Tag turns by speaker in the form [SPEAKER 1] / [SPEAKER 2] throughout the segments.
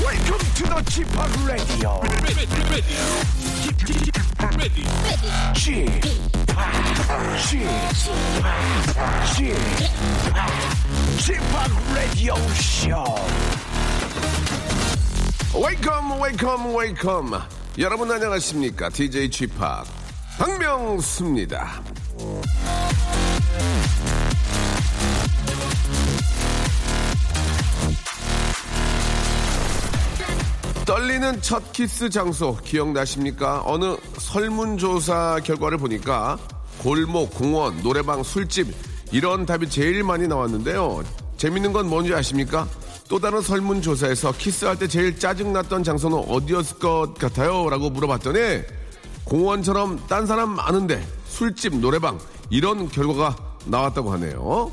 [SPEAKER 1] Welcome to the Chip Radio. Chip Chip Chip Radio Show.
[SPEAKER 2] 웨이컴 웨이컴 웨이컴 여러분 안녕하십니까 DJ 쥐팍 박명수입니다 떨리는 첫 키스 장소 기억나십니까? 어느 설문조사 결과를 보니까 골목, 공원, 노래방, 술집 이런 답이 제일 많이 나왔는데요. 재밌는 건 뭔지 아십니까? 또 다른 설문조사에서 키스할 때 제일 짜증났던 장소는 어디였을 것 같아요? 라고 물어봤더니 공원처럼 딴 사람 많은데 술집, 노래방 이런 결과가 나왔다고 하네요.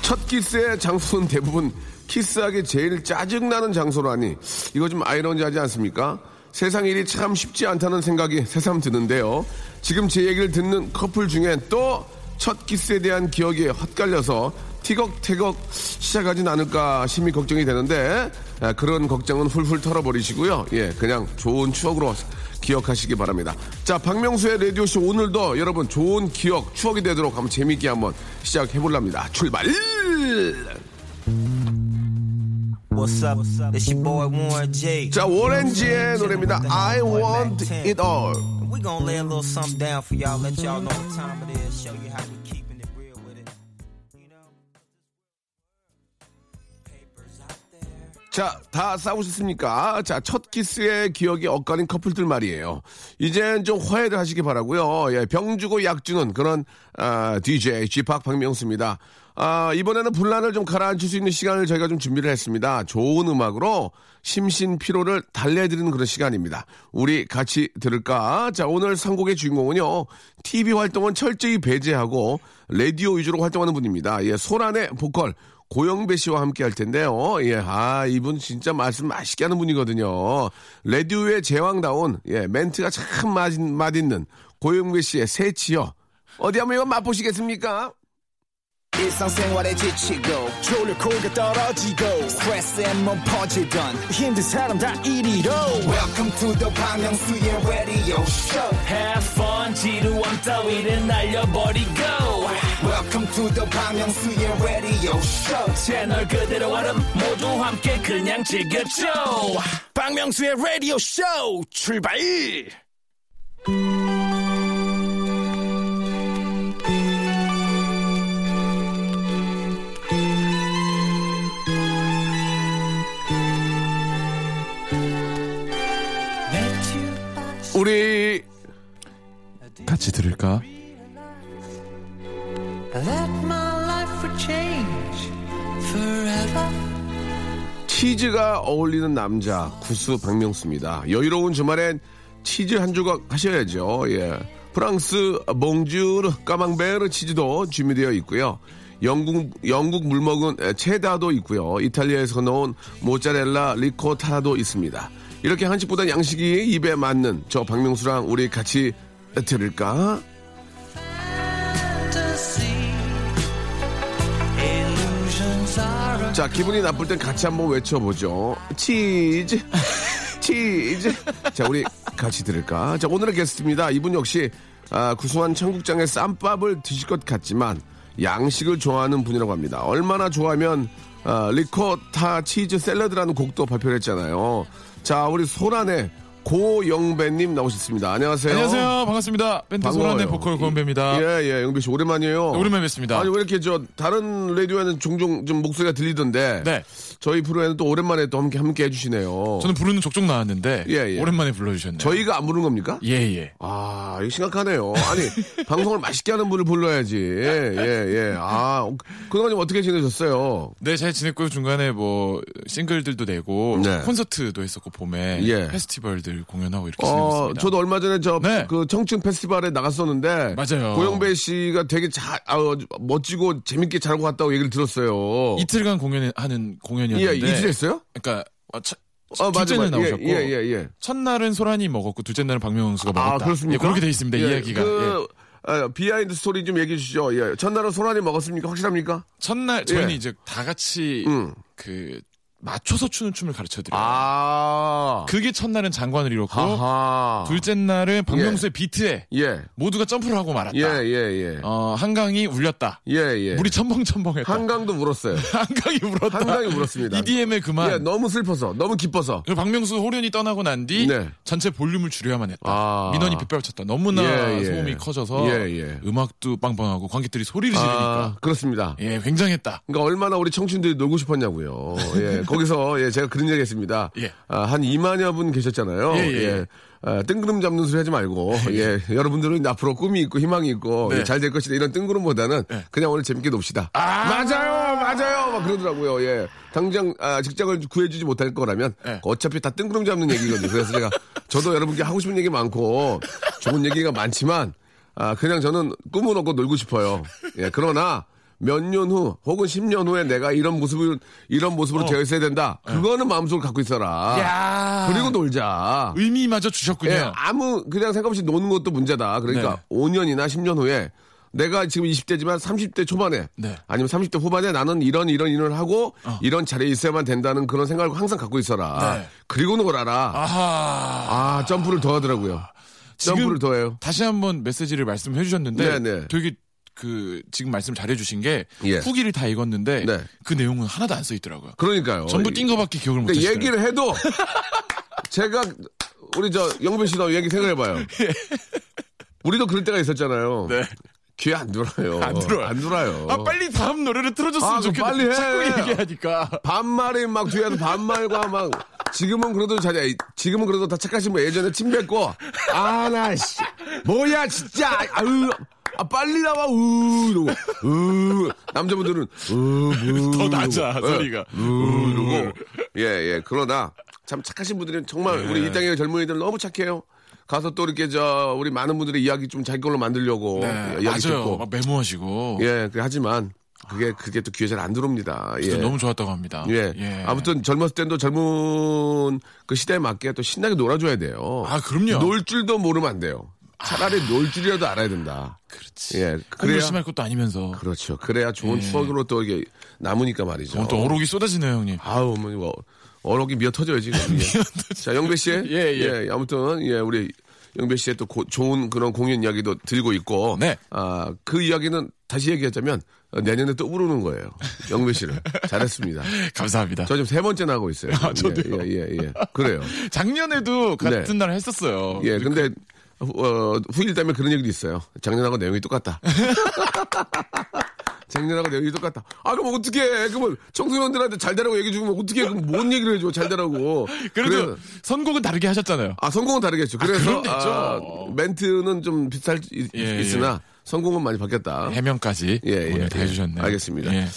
[SPEAKER 2] 첫 키스의 장소는 대부분 키스하기 제일 짜증나는 장소라니 이거 좀 아이러니하지 않습니까? 세상 일이 참 쉽지 않다는 생각이 새삼 드는데요. 지금 제 얘기를 듣는 커플 중에 또 첫 키스에 대한 기억이 헛갈려서 티격태격 시작하진 않을까 심히 걱정이 되는데 아, 그런 걱정은 훌훌 털어버리시고요. 예, 그냥 좋은 추억으로 기억하시기 바랍니다. 자, 박명수의 라디오쇼 오늘도 여러분 좋은 기억, 추억이 되도록 한번 재미있게 한번 시작해볼랍니다. 출발!
[SPEAKER 3] What's up? It's your boy Warren G.
[SPEAKER 2] 자, 워렌지의 노래입니다. I want it all.
[SPEAKER 3] We gonna lay a little something down for y'all, let y'all know what time it is, show you how we keeping it real with it. You know? Papers out there.
[SPEAKER 2] 자, 다 싸우셨습니까? 자, 첫 키스의 기억이 엇갈린 커플들 말이에요. 이젠 좀 화해를 하시기 바라고요. 예, 병주고 약주는 그런 아, DJ G팍 박명수입니다. 아, 이번에는 분란을 좀 가라앉힐 수 있는 시간을 저희가 좀 준비를 했습니다. 좋은 음악으로 심신 피로를 달래드리는 그런 시간입니다. 우리 같이 들을까? 자, 오늘 선곡의 주인공은요. TV 활동은 철저히 배제하고 라디오 위주로 활동하는 분입니다. 예, 소란의 보컬 고영배 씨와 함께 할 텐데요. 예, 아, 이분 진짜 말씀 맛있게 하는 분이거든요. 레디오의 제왕다운, 예, 멘트가 참 맛, 맛있는 고영배 씨의 새치요. 어디 한번 이거 맛보시겠습니까?
[SPEAKER 4] 일상생활에 지치고, 졸려 코가 떨어지고, 스트레스에 몸 퍼지던, 힘든 사람 다 이리로. welcome to the Bang Myung-soo's radio show
[SPEAKER 5] Have fun 지루함 따위를 날려버리고
[SPEAKER 4] welcome to the Bang Myung-soo's radio show
[SPEAKER 5] 채널 그대로 얼음 모두 함께 그냥 즐겨줘
[SPEAKER 1] 박명수의 Radio Show 출발.
[SPEAKER 2] 우리
[SPEAKER 6] 같이 들을까?
[SPEAKER 2] 치즈가 어울리는 남자 구수 박명수입니다. 여유로운 주말엔 치즈 한 조각 하셔야죠. 예. 프랑스 몽주르 까망베르 치즈도 준비되어 있고요. 영국 영국 물먹은 에, 체다도 있고요. 이탈리아에서 넣은 모짜렐라 리코타도 있습니다. 이렇게 한식보다 양식이 입에 맞는 저 박명수랑 우리 같이 들을까? 자, 기분이 나쁠 땐 같이 한번 외쳐보죠. 치즈. 치즈. 자, 우리 같이 들을까? 자, 오늘의 게스트입니다. 이분 역시 아, 구수한 청국장에 쌈밥을 드실 것 같지만 양식을 좋아하는 분이라고 합니다. 얼마나 좋아하면 아, 리코타 치즈 샐러드라는 곡도 발표를 했잖아요. 자, 우리 소란의 고영배님 나오셨습니다. 안녕하세요.
[SPEAKER 7] 안녕하세요. 반갑습니다. 밴드 소란의
[SPEAKER 2] 반가워요.
[SPEAKER 7] 보컬 고은배입니다.
[SPEAKER 2] 예, 예, 영배 씨 오랜만이에요.
[SPEAKER 7] 네, 오랜만에 뵙습니다.
[SPEAKER 2] 아니 왜 이렇게 저 다른 라디오에는 종종 좀 목소리가 들리던데
[SPEAKER 7] 네.
[SPEAKER 2] 저희 프로에는 또 오랜만에 또 함께 함께 해주시네요.
[SPEAKER 7] 저는 부르는 족족 나왔는데
[SPEAKER 2] 어. 예, 예.
[SPEAKER 7] 오랜만에 불러주셨네요.
[SPEAKER 2] 저희가 안 부른 겁니까?
[SPEAKER 7] 예, 예.
[SPEAKER 2] 아, 이거 심각하네요. 아니, 방송을 맛있게 하는 분을 불러야지. 예, 예, 예. 아, 그동안 좀 어떻게 지내셨어요?
[SPEAKER 7] 네, 잘 지냈고요. 중간에 뭐 싱글들도 내고
[SPEAKER 2] 네.
[SPEAKER 7] 콘서트도 했었고 봄에
[SPEAKER 2] 예.
[SPEAKER 7] 페스티벌들 공연하고 이렇게
[SPEAKER 2] 어,
[SPEAKER 7] 지내고 있습니다.
[SPEAKER 2] 저도 얼마 전에 저,
[SPEAKER 7] 네.
[SPEAKER 2] 그 청춘 페스티벌에 나갔었는데.
[SPEAKER 7] 맞아요.
[SPEAKER 2] 고영배 씨가 되게 잘, 아, 멋지고 재밌게 잘하고 갔다고 얘기를 들었어요.
[SPEAKER 7] 이틀간 공연하는 공연이었는데
[SPEAKER 2] 예, 이틀 했어요?
[SPEAKER 7] 그러니까 어, 첫,
[SPEAKER 2] 어, 맞아요.
[SPEAKER 7] 둘째는
[SPEAKER 2] 맞아요. 예,
[SPEAKER 7] 나오셨고
[SPEAKER 2] 예, 예, 예.
[SPEAKER 7] 첫날은 소란이 먹었고 둘째 날은 박명수가 먹었다.
[SPEAKER 2] 아, 그렇습니까?
[SPEAKER 7] 예, 그렇게 돼 있습니다.
[SPEAKER 2] 예,
[SPEAKER 7] 이야기가. 예.
[SPEAKER 2] 그, 아, 비하인드 스토리 좀 얘기해 주시죠. 예. 첫날은 소란이 먹었습니까? 확실합니까?
[SPEAKER 7] 예. 첫날 저희는
[SPEAKER 2] 예.
[SPEAKER 7] 이제 다 같이
[SPEAKER 2] 음.
[SPEAKER 7] 그 맞춰서 추는 춤을 가르쳐 드려요.
[SPEAKER 2] 아.
[SPEAKER 7] 그게 첫날은 장관을 이뤘고
[SPEAKER 2] 아하.
[SPEAKER 7] 그 둘째 날은 박명수의 비트에
[SPEAKER 2] 예.
[SPEAKER 7] 모두가 점프를 하고 말았다.
[SPEAKER 2] 예, 예, 예.
[SPEAKER 7] 어, 한강이 울렸다.
[SPEAKER 2] 예, 예.
[SPEAKER 7] 물이 첨벙첨벙했다.
[SPEAKER 2] 한강도 울었어요.
[SPEAKER 7] 한강이 울었다.
[SPEAKER 2] 한강이 울었습니다.
[SPEAKER 7] EDM의 그만.
[SPEAKER 2] 예, 너무 슬퍼서, 너무 기뻐서.
[SPEAKER 7] 그리고 박명수 호련이 떠나고 난 뒤
[SPEAKER 2] 네.
[SPEAKER 7] 전체 볼륨을 줄여야만 했다.
[SPEAKER 2] 아.
[SPEAKER 7] 민원이 빗발쳤다. 너무나
[SPEAKER 2] 예, 예.
[SPEAKER 7] 소음이 커져서
[SPEAKER 2] 예, 예. 음악도
[SPEAKER 7] 음악도 빵빵하고 관객들이 소리를
[SPEAKER 2] 아,
[SPEAKER 7] 예, 지르니까
[SPEAKER 2] 그렇습니다.
[SPEAKER 7] 예 굉장했다.
[SPEAKER 2] 그러니까 얼마나 우리 청춘들이 놀고 싶었냐고요. 예, 거기서 예, 제가 그런 얘기했습니다.
[SPEAKER 7] 예.
[SPEAKER 2] 아, 한 2만여 분 계셨잖아요.
[SPEAKER 7] 예, 예.
[SPEAKER 2] 아, 뜬구름 잡는 소리 하지 말고 예, 여러분들은 앞으로 꿈이 있고 희망이 있고
[SPEAKER 7] 네.
[SPEAKER 2] 잘 될 것이다 이런 뜬구름보다는 그냥 오늘 재밌게 놉시다. 예. 맞아요, 맞아요, 막 그러더라고요. 예, 당장 아, 직장을 구해주지 못할 거라면
[SPEAKER 7] 예.
[SPEAKER 2] 어차피 다 뜬구름 잡는 얘기거든요. 그래서 제가 저도 여러분께 하고 싶은 얘기 많고 좋은 얘기가 많지만 아, 그냥 저는 꿈은 없고 놀고 싶어요. 예, 그러나 몇 년 후, 혹은 10년 후에 내가 이런 모습을, 이런 모습으로 되어 예. 있어야 된다. 그거는 마음속으로 갖고 있어라.
[SPEAKER 7] 야
[SPEAKER 2] 그리고 놀자.
[SPEAKER 7] 의미마저 주셨군요.
[SPEAKER 2] 아. 예, 아무, 그냥 생각 없이 노는 것도 문제다. 그러니까
[SPEAKER 7] 네.
[SPEAKER 2] 5년이나 10년 후에 내가 지금 20대지만 30대 초반에
[SPEAKER 7] 네. 어.
[SPEAKER 2] 아니면 30대 후반에 나는 이런 이런 이런 하고 이런 자리에 있어야만 된다는 그런 생각을 항상 갖고 있어라.
[SPEAKER 7] 네.
[SPEAKER 2] 그리고 놀아라. 아,
[SPEAKER 7] 아하.
[SPEAKER 2] 점프를 더 하더라고요.
[SPEAKER 7] 지금
[SPEAKER 2] 점프를 더 해요.
[SPEAKER 7] 다시 한번 메시지를 말씀해 주셨는데
[SPEAKER 2] 네네.
[SPEAKER 7] 되게 그 지금 말씀 잘해 주신 게
[SPEAKER 2] 예.
[SPEAKER 7] 후기를 다 읽었는데
[SPEAKER 2] 네.
[SPEAKER 7] 그 내용은 하나도 안 써 있더라고요.
[SPEAKER 2] 그러니까요.
[SPEAKER 7] 전부 뛴 거밖에 기억을 못
[SPEAKER 2] 근데
[SPEAKER 7] 하시더라고요.
[SPEAKER 2] 얘기를 해도 제가 우리 저 영빈 씨도 얘기 생각해봐요. 우리도 그럴 때가 있었잖아요.
[SPEAKER 7] 예. 네.
[SPEAKER 2] 귀에 안 들어요.
[SPEAKER 7] 안 들어요.
[SPEAKER 2] 안 들어요.
[SPEAKER 7] 아 빨리 다음 노래를 틀어줬으면
[SPEAKER 2] 아, 그럼
[SPEAKER 7] 좋겠다.
[SPEAKER 2] 빨리 해.
[SPEAKER 7] 자꾸 얘기하니까.
[SPEAKER 2] 반말이 막 뒤에서 반말과 막 지금은 그래도 자기 지금은 그래도 다 착하신 분 예전에 침 뱉고 아나 씨 뭐야 진짜 아유 아 빨리 나와 우 이러고 으 남자분들은
[SPEAKER 7] 더
[SPEAKER 2] 으더
[SPEAKER 7] 낮아, 소리가.
[SPEAKER 2] 음, 으 이러고 예예 그러나 참 착하신 분들은 정말
[SPEAKER 7] 네.
[SPEAKER 2] 우리 이 땅의 젊은이들 너무 착해요. 가서 또 이렇게 저 우리 많은 분들의 이야기 좀 자기 걸로 만들려고
[SPEAKER 7] 네,
[SPEAKER 2] 뭐, 이야기
[SPEAKER 7] 맞아요.
[SPEAKER 2] 듣고
[SPEAKER 7] 막 메모하시고.
[SPEAKER 2] 예 그, 하지만 그게 그게 또 귀에 잘 안 들어옵니다. 예.
[SPEAKER 7] 진짜 너무 좋았다고 합니다.
[SPEAKER 2] 예. 아무튼 젊었을 땐 또 젊은 그 시대에 맞게 또 신나게 놀아줘야 돼요.
[SPEAKER 7] 아, 그럼요.
[SPEAKER 2] 놀 줄도 모르면 안 돼요. 차라리 놀 줄이라도 알아야 된다.
[SPEAKER 7] 그렇지.
[SPEAKER 2] 예.
[SPEAKER 7] 그래야
[SPEAKER 2] 그래야-
[SPEAKER 7] 심할 것도 아니면서.
[SPEAKER 2] 그렇죠. 그래야 좋은 추억으로 또 이게 남으니까 말이죠.
[SPEAKER 7] 오늘 또 어록이 쏟아지네요, 형님.
[SPEAKER 2] 아우, 어머니, 뭐, 어록이 미어 터져요, 지금. 예. 자, 영배 씨.
[SPEAKER 7] 예, 예.
[SPEAKER 2] 아무튼, 예, 우리 영배 씨의 또 고- 좋은 그런 공연 이야기도 들고 있고.
[SPEAKER 7] 네.
[SPEAKER 2] 아, 그 이야기는 다시 얘기하자면 어, 내년에 또 부르는 거예요. 영배 씨를. 잘했습니다.
[SPEAKER 7] 감사합니다.
[SPEAKER 2] 저 지금 세 번째 나고 있어요.
[SPEAKER 7] 아,
[SPEAKER 2] 지금. 예, 예, 예, 예. 그래요.
[SPEAKER 7] 작년에도 같은
[SPEAKER 2] 네.
[SPEAKER 7] 날 했었어요. 그-
[SPEAKER 2] 예, 근데 후- 어, 후일 때문에 그런 얘기도 있어요. 작년하고 내용이 똑같다. 작년하고 내용이 똑같다. 아 그럼 어떻게 해? 그러면 청소년들한테 잘 되라고 얘기 주면 어떻게 해? 그럼 뭔 얘기를 해줘? 잘 되라고.
[SPEAKER 7] 그래도
[SPEAKER 2] 그래서-
[SPEAKER 7] 선곡은 다르게 하셨잖아요.
[SPEAKER 2] 아 성공은 다르겠죠. 그래서
[SPEAKER 7] 그럼 됐죠.
[SPEAKER 2] 아, 멘트는 좀 비슷할 수 있,
[SPEAKER 7] 예, 네.
[SPEAKER 2] 으나 성공은 많이 바뀌었다.
[SPEAKER 7] 해명까지
[SPEAKER 2] 예, 예,
[SPEAKER 7] 오늘 다
[SPEAKER 2] 예.
[SPEAKER 7] 해주셨네요.
[SPEAKER 2] 알겠습니다.
[SPEAKER 7] 예.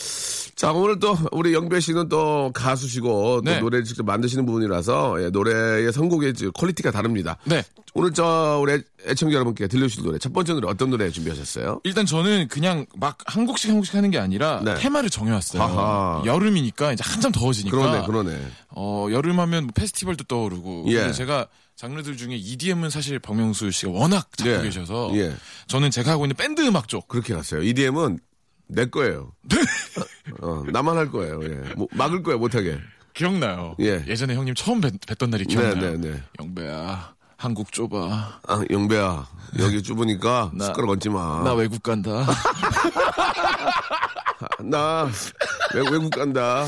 [SPEAKER 2] 자 오늘 또 우리 영배 씨는 또 가수시고 또
[SPEAKER 7] 네.
[SPEAKER 2] 노래를 직접 만드시는 부분이라서 예, 노래의 선곡의 지- 퀄리티가 다릅니다.
[SPEAKER 7] 네.
[SPEAKER 2] 오늘 저 우리 애청자 여러분께 들려주실 노래 첫 번째 노래 어떤 노래 준비하셨어요?
[SPEAKER 7] 일단 저는 그냥 막 한 곡씩 한 곡씩 하는 게 아니라
[SPEAKER 2] 네.
[SPEAKER 7] 테마를 정해왔어요.
[SPEAKER 2] 아하.
[SPEAKER 7] 여름이니까 이제 한참 더워지니까.
[SPEAKER 2] 그러네 그러네.
[SPEAKER 7] 어, 여름하면 뭐 페스티벌도 떠오르고.
[SPEAKER 2] 예.
[SPEAKER 7] 근데 제가 장르들 중에 EDM은 사실 박명수 씨가 워낙 잘고
[SPEAKER 2] 예.
[SPEAKER 7] 계셔서
[SPEAKER 2] 예.
[SPEAKER 7] 저는 제가 하고 있는 밴드 음악 쪽.
[SPEAKER 2] 그렇게 갔어요. EDM은 내 거예요.
[SPEAKER 7] 네.
[SPEAKER 2] 어, 나만 할 거예요. 예. 뭐, 막을 거예요 못하게.
[SPEAKER 7] 기억나요?
[SPEAKER 2] 예.
[SPEAKER 7] 전에 형님 처음 뵀, 던 날이 기억나요?
[SPEAKER 2] 네, 네, 네.
[SPEAKER 7] 영배야, 한국 좁아.
[SPEAKER 2] 아, 영배야 여기 좁으니까
[SPEAKER 7] 나-
[SPEAKER 2] 숟가락 얹지 마.
[SPEAKER 7] 나 외국 간다.
[SPEAKER 2] 나 외, 외국 간다.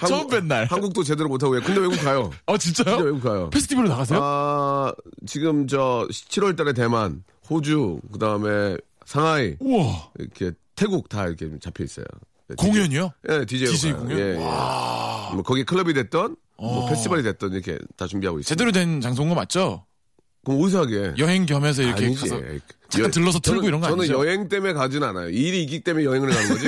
[SPEAKER 2] 한국-
[SPEAKER 7] 처음 뵌 날.
[SPEAKER 2] 한국도 제대로 못하고 요 근데 외국 가요.
[SPEAKER 7] 아
[SPEAKER 2] 진짜
[SPEAKER 7] 진짜요?
[SPEAKER 2] 외국 가요.
[SPEAKER 7] 페스티벌 나가세요?
[SPEAKER 2] 아, 지금 저 7월 달에 대만, 호주, 그 다음에 상하이,
[SPEAKER 7] 우와
[SPEAKER 2] 이렇게 태국 다 이렇게 잡혀 있어요. 네,
[SPEAKER 7] 공연이요?
[SPEAKER 2] DJ 예, DJ, 로
[SPEAKER 7] DJ
[SPEAKER 2] 가요.
[SPEAKER 7] 공연?
[SPEAKER 2] 예, 예. 뭐 거기 클럽이 됐던, 뭐 페스티벌이 됐던 이렇게 다 준비하고 있어요.
[SPEAKER 7] 제대로 된 장소인 거 맞죠?
[SPEAKER 2] 그럼 어디서 하게?
[SPEAKER 7] 여행 겸해서 이렇게
[SPEAKER 2] 아니지. 예,
[SPEAKER 7] 가서
[SPEAKER 2] 여-
[SPEAKER 7] 잠깐 들러서 틀고
[SPEAKER 2] 저는-
[SPEAKER 7] 이런 거
[SPEAKER 2] 저는
[SPEAKER 7] 아니죠?
[SPEAKER 2] 여행 때문에 가진 않아요. 일이 있기 때문에 여행을 가는 거지.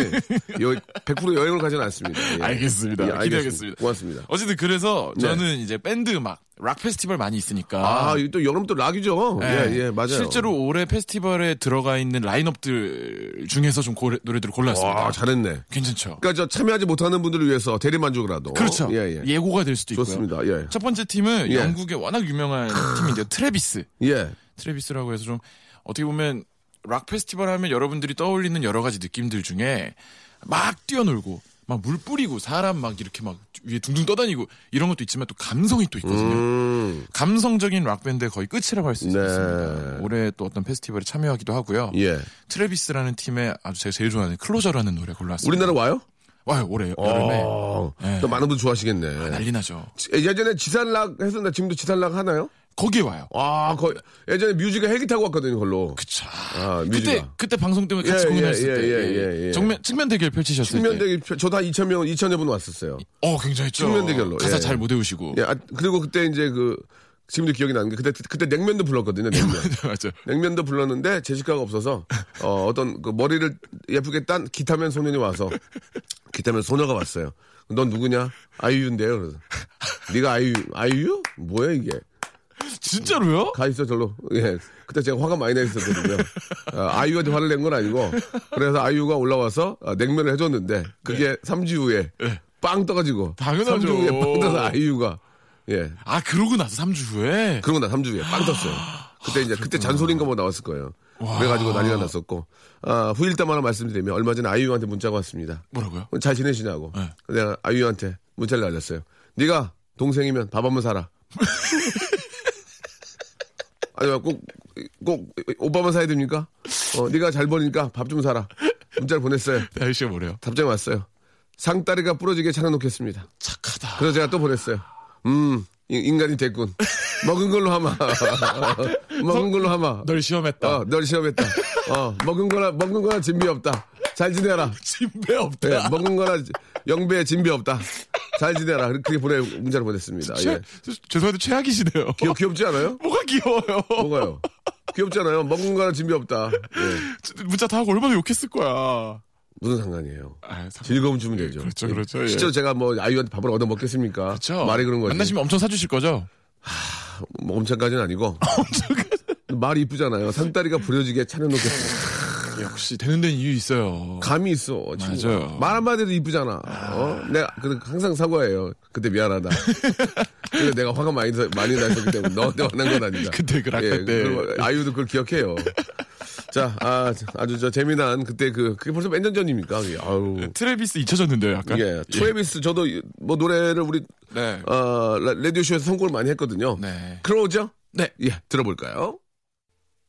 [SPEAKER 2] 여, 100% 여행을 가진 않습니다. 예.
[SPEAKER 7] 알겠습니다. 기대하겠습니다.
[SPEAKER 2] 고맙습니다.
[SPEAKER 7] 어쨌든 그래서
[SPEAKER 2] 네.
[SPEAKER 7] 저는 이제 밴드 막 락 페스티벌 많이 있으니까
[SPEAKER 2] 아, 이또 여름 또 락이죠.
[SPEAKER 7] 네.
[SPEAKER 2] 예, 예, 맞아요.
[SPEAKER 7] 실제로 올해 페스티벌에 들어가 있는 라인업들 중에서 좀 고래- 노래들을 골랐습니다.
[SPEAKER 2] 와, 잘했네.
[SPEAKER 7] 괜찮죠?
[SPEAKER 2] 그러니까 저 참여하지 못하는 분들을 위해서 대리만족이라도.
[SPEAKER 7] 그렇죠.
[SPEAKER 2] 예, 예.
[SPEAKER 7] 예, 고가될 수도 있고요.
[SPEAKER 2] 좋습니다. 예.
[SPEAKER 7] 첫 번째 팀은
[SPEAKER 2] 예.
[SPEAKER 7] 영국의 워낙 유명한 팀인데요. 트래비스.
[SPEAKER 2] 예.
[SPEAKER 7] 트래비스라고 해서 좀 어떻게 보면 락 페스티벌 하면 여러분들이 떠올리는 여러 가지 느낌들 중에 막 뛰어놀고 막 물 뿌리고 사람 막 이렇게 막 위에 둥둥 떠다니고 이런 것도 있지만 또 감성이 또 있거든요.
[SPEAKER 2] 음,
[SPEAKER 7] 감성적인 락밴드의 거의 끝이라고 할 수
[SPEAKER 2] 네.
[SPEAKER 7] 있습니다. 올해 또 어떤 페스티벌에 참여하기도 하고요.
[SPEAKER 2] 예.
[SPEAKER 7] 트래비스라는 팀의 아주 제가 제일 좋아하는 클로저라는 노래 골랐습니다.
[SPEAKER 2] 우리나라 와요?
[SPEAKER 7] 와요 올해 여름에
[SPEAKER 2] 어,
[SPEAKER 7] 네.
[SPEAKER 2] 또 많은 분 좋아하시겠네.
[SPEAKER 7] 난리 나죠.
[SPEAKER 2] 지- 예전에 지산락 했었나? 지금도 지산락 하나요?
[SPEAKER 7] 거기에 와요.
[SPEAKER 2] 아, 거의, 예전에 뮤지가 헬기 타고 왔거든요, 그걸로.
[SPEAKER 7] 그쵸.
[SPEAKER 2] 아, 뮤지가.
[SPEAKER 7] 그때 그때 방송 때문에 같이
[SPEAKER 2] 예,
[SPEAKER 7] 공연했을
[SPEAKER 2] 예,
[SPEAKER 7] 때
[SPEAKER 2] 예, 예, 예, 예.
[SPEAKER 7] 정면 측면 대결 펼치셨을
[SPEAKER 2] 측면
[SPEAKER 7] 때.
[SPEAKER 2] 대결, 저다 2,000명, 2,000여 분 왔었어요.
[SPEAKER 7] 어 굉장히 죠
[SPEAKER 2] 측면 대결로,
[SPEAKER 7] 가사
[SPEAKER 2] 예.
[SPEAKER 7] 잘 못 외우시고.
[SPEAKER 2] 예, 아, 그리고 그때 이제 그, 지금도 기억이 나는 게, 그때, 그때 냉면도 불렀거든요, 냉면.
[SPEAKER 7] 맞아.
[SPEAKER 2] 냉면도 불렀는데 제시카가 없어서 어, 어떤 그 머리를 예쁘게 딴 기타맨 소년이 와서 기타맨 소녀가 왔어요. 넌 누구냐? 아이유인데요. 그래서 네가 아이유 아이유? 뭐야 이게?
[SPEAKER 7] 진짜로요?
[SPEAKER 2] 가 있어 절로. 예. 그때 제가 화가 많이 나 있었거든요. 아, 아이유한테 화를 낸 건 아니고 그래서 아이유가 올라와서 아, 냉면을 해줬는데 그게 삼 3주 후에 빵 떠가지고
[SPEAKER 7] 예. 당연하죠.
[SPEAKER 2] 3주 후에 빵 떠서 아이유가 예
[SPEAKER 7] 아 그러고 나서 3주 후에
[SPEAKER 2] 그러고 나 3주 후에 빵 떴어요.
[SPEAKER 7] 아,
[SPEAKER 2] 그때 이제 그때 잔소리인가 뭐 나왔을 거예요. 그래가지고 난리가 났었고 아, 후일담 하나 말씀드리면 얼마 전에 아이유한테 문자가 왔습니다.
[SPEAKER 7] 뭐라고요?
[SPEAKER 2] 잘 지내시냐고. 내가 아이유한테 문자를 날렸어요. 네가 동생이면 밥 한번 사라. 아니 꼭꼭 오빠만 사야 됩니까? 어, 네가 잘 버니까 밥 좀 사라. 문자를 보냈어요.
[SPEAKER 7] 날씨가 아, 뭐래요?
[SPEAKER 2] 답장이 왔어요. 상다리가 부러지게 차려놓겠습니다.
[SPEAKER 7] 착하다.
[SPEAKER 2] 그래서 제가 또 보냈어요. 음, 이- 인간이 됐군. 먹은 걸로 하마. 먹은 걸로 하마.
[SPEAKER 7] 널 시험했다.
[SPEAKER 2] 어, 널 시험했다. 어, 먹은 거나, 먹은 거나 진비 없다. 잘 지내라.
[SPEAKER 7] 진배 없다.
[SPEAKER 2] 예, 먹은 거나 영배에 진비 없다. 잘 지내라. 그렇게 보내, 문자를 보냈습니다.
[SPEAKER 7] 최,
[SPEAKER 2] 예.
[SPEAKER 7] 죄송한데 최악이시네요.
[SPEAKER 2] 귀엽, 귀엽지 않아요?
[SPEAKER 7] 뭐가 귀여워요?
[SPEAKER 2] 뭐가요? 귀엽잖아요. 먹은 거나 진비 없다. 예.
[SPEAKER 7] 문자 다 하고 얼마나 욕했을 거야.
[SPEAKER 2] 무슨 상관이에요?
[SPEAKER 7] 아, 참.
[SPEAKER 2] 즐거움 주면 되죠.
[SPEAKER 7] 그렇죠,
[SPEAKER 2] 예.
[SPEAKER 7] 그렇죠, 예.
[SPEAKER 2] 실제로 제가 뭐 아이유한테 밥을 얻어 먹겠습니까?
[SPEAKER 7] 그렇죠.
[SPEAKER 2] 말이 그런 거지.
[SPEAKER 7] 만나시면 엄청 사주실 거죠?
[SPEAKER 2] 뭐 엄청까지는 아니고. 말이 이쁘잖아요. 산다리가 부려지게
[SPEAKER 7] 예.
[SPEAKER 2] 차려놓겠어.
[SPEAKER 7] 역시 되는 데는 이유 있어요.
[SPEAKER 2] 감이 있어. 친구가.
[SPEAKER 7] 맞아요.
[SPEAKER 2] 말 한마디도 이쁘잖아. 어? 내가 그 항상 사과해요. 그때 미안하다. 근데 내가 화가 많이 나- 많이 났었기 때문에 너한테 화난 건 아니다. 예,
[SPEAKER 7] 그때 그 락할 때.
[SPEAKER 2] 그리고 아이유도 그걸 기억해요. 자, 아, 주저 재미난 그때 그 그게 벌써 몇년 전입니까? 그게. 아우.
[SPEAKER 7] 트래비스 잊혀졌는데요, 약간.
[SPEAKER 2] 예, 트레비스 저도 뭐 노래를 우리
[SPEAKER 7] 네.
[SPEAKER 2] 어, 라- 라디오쇼에서 선곡을 많이 했거든요.
[SPEAKER 7] 네.
[SPEAKER 2] 크로우죠?
[SPEAKER 7] 네.
[SPEAKER 2] 예, 들어볼까요?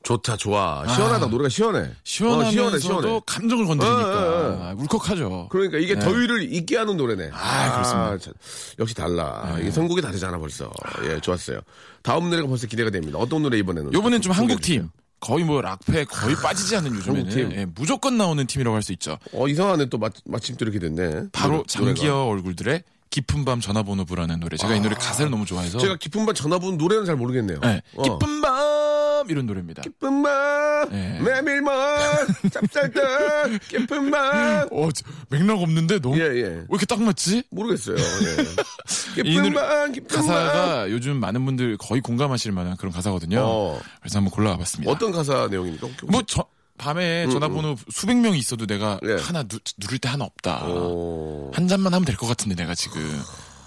[SPEAKER 2] 좋다, 좋아. 시원하다, 노래가 시원해.
[SPEAKER 7] 시원하면서도
[SPEAKER 2] 어, 시원해, 시원해.
[SPEAKER 7] 감정을 건드리니까
[SPEAKER 2] 어, 어, 어.
[SPEAKER 7] 아, 울컥하죠.
[SPEAKER 2] 그러니까 이게
[SPEAKER 7] 네.
[SPEAKER 2] 더위를 잊게 하는 노래네.
[SPEAKER 7] 아, 그렇습니다. 네.
[SPEAKER 2] 참, 역시 달라. 이게 선곡이 다르잖아, 벌써. 예, 좋았어요. 다음 노래가 벌써 기대가 됩니다. 어떤 노래 이번에는?
[SPEAKER 7] 요번엔 좀
[SPEAKER 2] 소개해
[SPEAKER 7] 한국 팀. 거의 뭐 락패 거의 빠지지 않는
[SPEAKER 2] 한국
[SPEAKER 7] 요즘에는
[SPEAKER 2] 팀.
[SPEAKER 7] 예, 무조건 나오는 팀이라고 할 수 있죠.
[SPEAKER 2] 주세요. 어, 이상하네. 또 마, 마침 또 이렇게 됐네. 노래-
[SPEAKER 7] 바로
[SPEAKER 2] 노래가.
[SPEAKER 7] 장기여 얼굴들의 깊은 밤 전화번호부라는 노래. 제가 이 노래 가사를 너무 좋아해서
[SPEAKER 2] 제가 기쁜 밤 전화분 노래는 잘 모르겠네요.
[SPEAKER 7] 예,
[SPEAKER 2] 어.
[SPEAKER 7] 깊은 밤 이런 노래입니다.
[SPEAKER 2] 기쁜 밤,
[SPEAKER 7] 예.
[SPEAKER 2] 메밀맛, 짭짤떡, 기쁜 밤.
[SPEAKER 7] 어, 저- 맥락 없는데 너무
[SPEAKER 2] 예,
[SPEAKER 7] 왜
[SPEAKER 2] 예.
[SPEAKER 7] 이렇게 딱 맞지?
[SPEAKER 2] 모르겠어요. 예.
[SPEAKER 7] 이
[SPEAKER 2] 기쁜
[SPEAKER 7] 노래
[SPEAKER 2] 밤, 기쁜 밤.
[SPEAKER 7] 가사가 요즘 많은 분들 거의 공감하실 만한 그런 가사거든요.
[SPEAKER 2] 어.
[SPEAKER 7] 그래서 한번 골라와 봤습니다.
[SPEAKER 2] 어떤 가사 내용입니까? 혹시-
[SPEAKER 7] 뭐 저-
[SPEAKER 2] 음,
[SPEAKER 7] 밤에 전화번호 수백 명 있어도 내가
[SPEAKER 2] 예.
[SPEAKER 7] 하나 누, 를 때 하나 없다.
[SPEAKER 2] 오.
[SPEAKER 7] 한 잔만 하면 될 것 같은데 내가 지금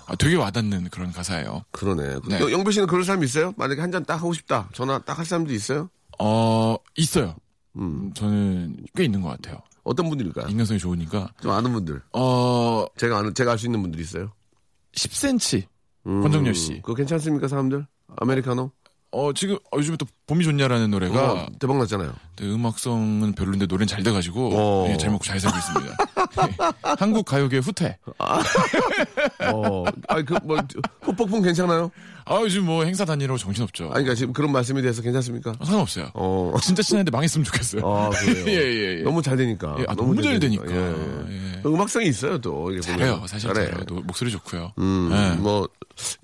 [SPEAKER 7] 아, 되게 와닿는 그런 가사예요.
[SPEAKER 2] 그러네.
[SPEAKER 7] 네.
[SPEAKER 2] 영- 영배 씨는 그럴 사람 있어요? 만약에 한 잔 딱 하고 싶다. 전화 딱 할 사람도 있어요?
[SPEAKER 7] 어 있어요. 음, 저는 꽤 있는 것 같아요.
[SPEAKER 2] 어떤 분들일까요?
[SPEAKER 7] 인간성이 좋으니까
[SPEAKER 2] 좀 아는 분들.
[SPEAKER 7] 어
[SPEAKER 2] 제가 아는, 제가 알 수 있는 분들 있어요? 음.
[SPEAKER 7] 10cm 권정열 씨
[SPEAKER 2] 그거 괜찮습니까, 사람들? 아메리카노?
[SPEAKER 7] 어 지금 어, 요즘에 또 봄이 좋냐라는 노래가
[SPEAKER 2] 어, 대박 났잖아요.
[SPEAKER 7] 네, 음악성은 별론데 노래는 잘 돼가지고
[SPEAKER 2] 어.
[SPEAKER 7] 예, 잘 먹고 잘 살고 있습니다. 예. 한국 가요계 의 후퇴.
[SPEAKER 2] 어, 아니 그뭐 후폭풍 괜찮아요?
[SPEAKER 7] 아 요즘 뭐 행사 다니라고 정신 없죠.
[SPEAKER 2] 아니 그러니까 지금 그런 말씀에 대해서 괜찮습니까?
[SPEAKER 7] 아, 상관없어요.
[SPEAKER 2] 어,
[SPEAKER 7] 진짜 친한데 망했으면 좋겠어요.
[SPEAKER 2] 아 그래요.
[SPEAKER 7] 예, 예, 예.
[SPEAKER 2] 너무 잘 되니까. 그
[SPEAKER 7] 예, 아, 너무 잘 되니까. 예.
[SPEAKER 2] 음악성이 있어요 또. 이게 보면.
[SPEAKER 7] 잘해요. 사실
[SPEAKER 2] 잘해.
[SPEAKER 7] 잘해요. 노- 목소리 좋고요.
[SPEAKER 2] 음,
[SPEAKER 7] 예.
[SPEAKER 2] 뭐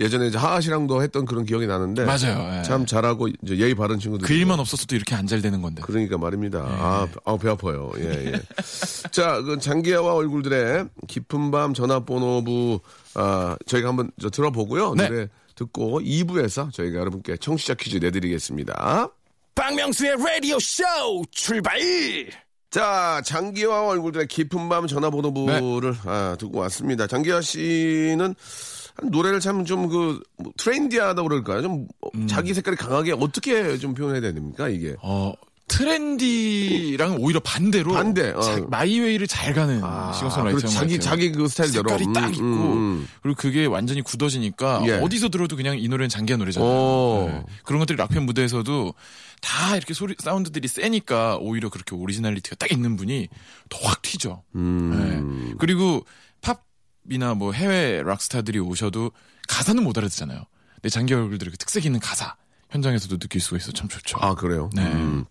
[SPEAKER 2] 예전에 이제 하하 씨랑도 했던 그런 기억이 나는데
[SPEAKER 7] 맞아요. 예.
[SPEAKER 2] 참 잘하고 이제 예의 바른 친구들.
[SPEAKER 7] 그 일만 없었어도 이렇게 안 잘 되는 건데.
[SPEAKER 2] 그러니까 말입니다.
[SPEAKER 7] 예.
[SPEAKER 2] 아, 아, 배 아파요. 예, 예. 자, 그 장기하와 얼굴들의 깊은 밤 전화번호부, 아, 저희가 한번 저 들어보고요.
[SPEAKER 7] 네.
[SPEAKER 2] 노래 듣고 2부에서 저희가 여러분께 청취자 퀴즈 내드리겠습니다.
[SPEAKER 1] 박명수의 라디오 쇼 출발
[SPEAKER 2] 자, 장기화 얼굴들의 깊은 밤
[SPEAKER 7] 네.
[SPEAKER 2] 전화번호부를 아, 듣고 왔습니다. 장기화 씨는 노래를 참 좀 그 트렌디하다고 그럴까요? 좀
[SPEAKER 7] 음.
[SPEAKER 2] 자기 색깔이 강하게 어떻게 좀 표현해야 됩니까? 이게.
[SPEAKER 7] 어, 트렌디랑 오히려 반대로
[SPEAKER 2] 반대, 어. 아,
[SPEAKER 7] 자- 마이웨이를 잘 가는
[SPEAKER 2] 그리고
[SPEAKER 7] 아, 싱어송라이터
[SPEAKER 2] 자기 자기 그 스타일대로
[SPEAKER 7] 색깔이
[SPEAKER 2] 음,
[SPEAKER 7] 딱
[SPEAKER 2] 음,
[SPEAKER 7] 있고
[SPEAKER 2] 음.
[SPEAKER 7] 그리고 그게 완전히 굳어지니까
[SPEAKER 2] 예. 어.
[SPEAKER 7] 어디서 들어도 그냥 이 노래는 장기한 노래잖아요.
[SPEAKER 2] 오.
[SPEAKER 7] 네. 그런 것들이 락팬 무대에서도 다 이렇게 소리 사운드들이 세니까 오히려 그렇게 오리지널리티가 딱 있는 분이 더 확 튀죠.
[SPEAKER 2] 음.
[SPEAKER 7] 네. 그리고 팝이나 뭐 해외 락스타들이 오셔도 가사는 못 알아듣잖아요. 근데 장기 얼굴들의 그 특색 있는 가사 현장에서도 느낄 수가 있어 서참 좋죠.
[SPEAKER 2] 아 그래요.
[SPEAKER 7] 네.
[SPEAKER 2] 음.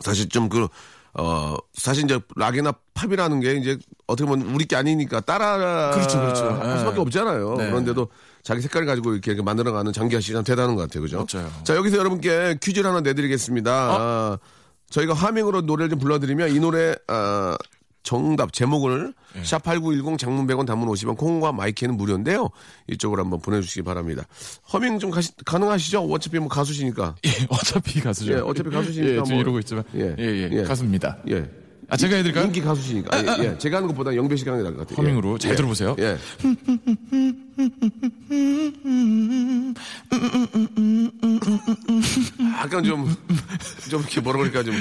[SPEAKER 2] 사실 좀 그 어, 사실 이제 락이나 팝이라는 게 이제 어떻게 보면 우리 게 아니니까 따라
[SPEAKER 7] 그렇죠, 그렇죠.
[SPEAKER 2] 할
[SPEAKER 7] 네.
[SPEAKER 2] 수밖에 없잖아요.
[SPEAKER 7] 네.
[SPEAKER 2] 그런데도 자기 색깔 가지고 이렇게, 이렇게 만들어가는 장기하 씨참 대단한 것 같아요, 그죠?
[SPEAKER 7] 맞아요. 어?
[SPEAKER 2] 자 여기서 여러분께 퀴즈를 하나 내드리겠습니다. 아, 저희가 화밍으로 노래를 좀 불러드리면 이 노래 아, 정답 제목을
[SPEAKER 7] 예.
[SPEAKER 2] 샵8910 장문 100원 단문 50원 콩과 마이키는 무료인데요. 이쪽으로 한번 보내주시기 바랍니다. 허밍 좀 가시- 가능하시죠? 어차피 뭐 가수시니까.
[SPEAKER 7] 예, 어차피 가수죠.
[SPEAKER 2] 예, 어차피 가수시니까
[SPEAKER 7] 예, 지금
[SPEAKER 2] 뭐.
[SPEAKER 7] 이러고 있지만
[SPEAKER 2] 예.
[SPEAKER 7] 예, 예,
[SPEAKER 2] 예.
[SPEAKER 7] 가수입니다.
[SPEAKER 2] 예.
[SPEAKER 7] 아 제가 해드릴까요?
[SPEAKER 2] 인기 가수시니까. 아, 예, 예. 제가 하는 것보다 영배 씨가 하는 게 나을 것 같아요.
[SPEAKER 7] 허밍으로 잘
[SPEAKER 2] 예.
[SPEAKER 7] 들어보세요.
[SPEAKER 2] 예. 약간 좀, 좀 이렇게 뭐라 그럴까 좀,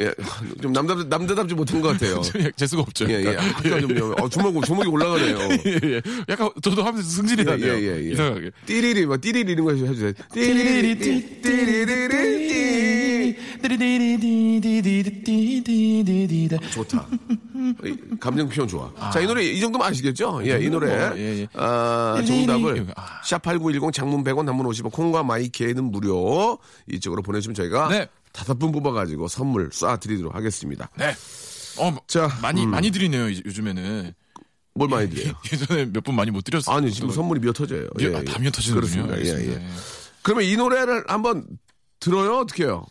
[SPEAKER 2] 예. 좀 남답, 남대답지 못한 것 같아요.
[SPEAKER 7] 재 수가 없죠.
[SPEAKER 2] 예, 예.
[SPEAKER 7] 그러니까.
[SPEAKER 2] 약간 좀, 어, 주먹, 주먹이 올라가네요.
[SPEAKER 7] 예, 예. 약간 저도 하면서 승질이
[SPEAKER 2] 예,
[SPEAKER 7] 나네요.
[SPEAKER 2] 예, 예, 예.
[SPEAKER 7] 이상하게.
[SPEAKER 2] 띠리리, 뭐, 띠리리 이런 거 해주세요. 띠리리, 띠, 띠리리리, 띠. 좋다. 이 감정 표현 좋아. 자, 이 노래 이 정도면 아시겠죠? 예, 이 노래.
[SPEAKER 7] 뭐, 예, 예.
[SPEAKER 2] 아, 정답을
[SPEAKER 7] 아.
[SPEAKER 2] 샵8910 장문 100원 단문 50원 콩과 마이케이는 무료 이쪽으로 보내주시면 저희가
[SPEAKER 7] 네.
[SPEAKER 2] 다섯 분 뽑아가지고 선물 쏴드리도록 하겠습니다.
[SPEAKER 7] 네. 어,
[SPEAKER 2] 자, 음.
[SPEAKER 7] 자, 많이 많이 드리네요. 이제 요즘에는
[SPEAKER 2] 뭘 많이 드려요?
[SPEAKER 7] 예전에 몇 분 많이 못 드렸어요.
[SPEAKER 2] 아니, 지금 선물이 몇 터져요.
[SPEAKER 7] 예, 아, 다미 터지는군요.
[SPEAKER 2] 그렇습니다. 예,
[SPEAKER 7] 알겠습니다.
[SPEAKER 2] 예. 그러면 이 노래를 한번 들어요? 어떻게 해요?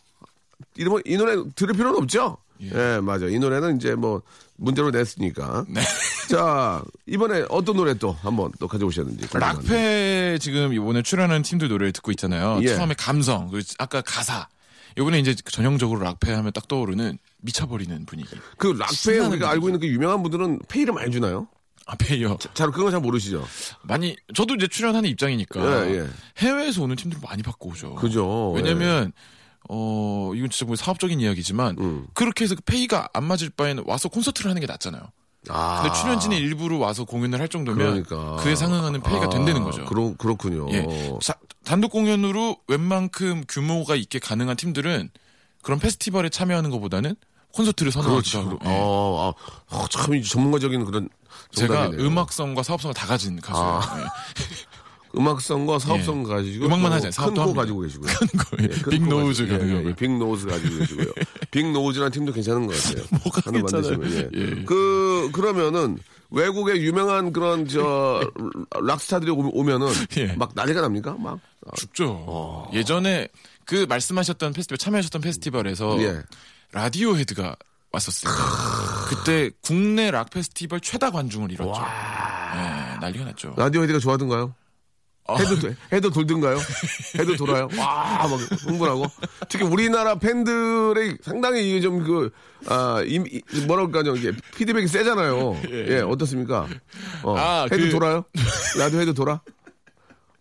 [SPEAKER 2] 이, 노래- 이 노래 들을 필요는 없죠? 예. 맞아요. 이 노래는 이제 뭐 문제로 냈으니까.
[SPEAKER 7] 네.
[SPEAKER 2] 자, 이번에 어떤 노래 또 한번 또 가져오셨는지. 궁금하네요.
[SPEAKER 7] 락페 지금 이번에 출연하는 팀들 노래를 듣고 있잖아요.
[SPEAKER 2] 예.
[SPEAKER 7] 처음에 감성, 그리고 아까 가사. 이번에 이제 전형적으로 락페 하면 딱 떠오르는 미쳐버리는 분위기.
[SPEAKER 2] 그 락페
[SPEAKER 7] 신나는
[SPEAKER 2] 우리가 알고 있는 그 유명한 분들은 페이를 많이 주나요?
[SPEAKER 7] 앞에요.
[SPEAKER 2] 잘 그건 잘 모르시죠.
[SPEAKER 7] 많이 저도 이제 출연하는 입장이니까
[SPEAKER 2] 예, 예.
[SPEAKER 7] 해외에서 오는 팀들 많이 받고 오죠.
[SPEAKER 2] 그죠.
[SPEAKER 7] 아,
[SPEAKER 2] 예.
[SPEAKER 7] 왜냐면 어 이건 진짜 뭐 사업적인 이야기지만
[SPEAKER 2] 음.
[SPEAKER 7] 그렇게 해서 그 페이가 안 맞을 바에는 와서 콘서트를 하는 게 낫잖아요.
[SPEAKER 2] 아,
[SPEAKER 7] 근데 그 출연진이 일부러 와서 공연을 할 정도면
[SPEAKER 2] 그러니까.
[SPEAKER 7] 그에 상응하는 페이가
[SPEAKER 2] 아,
[SPEAKER 7] 된다는 거죠.
[SPEAKER 2] 그러, 그렇군요.
[SPEAKER 7] 예. 자, 단독 공연으로 웬만큼 규모가 있게 가능한 팀들은 그런 페스티벌에 참여하는 것보다는 콘서트를 선호하기도
[SPEAKER 2] 그렇죠.
[SPEAKER 7] 하고 예.
[SPEAKER 2] 어, 아, 어, 참 이제 전문가적인 그런
[SPEAKER 7] 제가
[SPEAKER 2] 정답이네요. 아.
[SPEAKER 7] 음악성과 사업성을 다 가진 가수예요. 예.
[SPEAKER 2] 음악성과 사업성 가지고
[SPEAKER 7] 음악만
[SPEAKER 2] 또
[SPEAKER 7] 하지 않아요. 사업도
[SPEAKER 2] 큰코
[SPEAKER 7] 합니다.
[SPEAKER 2] 가지고 계시고요.
[SPEAKER 7] 거의
[SPEAKER 2] 예, 큰코
[SPEAKER 7] 빅
[SPEAKER 2] 가지고-
[SPEAKER 7] 노우즈
[SPEAKER 2] 예,
[SPEAKER 7] 가능하고요.
[SPEAKER 2] 예, 예, 빅 노우즈 가지고 계시고요. 빅 노우즈라는 팀도 괜찮은 것 같아요.
[SPEAKER 7] 뭐가
[SPEAKER 2] 하나
[SPEAKER 7] 괜찮아요.
[SPEAKER 2] 만드시면, 예.
[SPEAKER 7] 예.
[SPEAKER 2] 그 그러면은 외국의 유명한 그런 저 락스타들이 오- 오면은
[SPEAKER 7] 예.
[SPEAKER 2] 막 난리가 납니까? 막
[SPEAKER 7] 죽죠.
[SPEAKER 2] 어.
[SPEAKER 7] 예전에 그 말씀하셨던 페스티벌 참여하셨던 페스티벌에서
[SPEAKER 2] 예. 아.
[SPEAKER 7] 라디오 헤드가 왔었어요. 그때 국내 락 페스티벌 최다 관중을 이뤘죠. 예, 난리가 났죠.
[SPEAKER 2] 라디오 헤드가 좋아하던가요?
[SPEAKER 7] 아,
[SPEAKER 2] 해도 돼- 해도 돌든가요? 해도 돌아요? 와, 막 흥분하고 특히 우리나라 팬들의 상당히 이게 좀그 아, 임- 이- 뭐랄까요 이게 피드백이 세잖아요. 예, 어떻습니까? 어,
[SPEAKER 7] 아,
[SPEAKER 2] 해도
[SPEAKER 7] 그-
[SPEAKER 2] 돌아요? 나도 해도 돌아?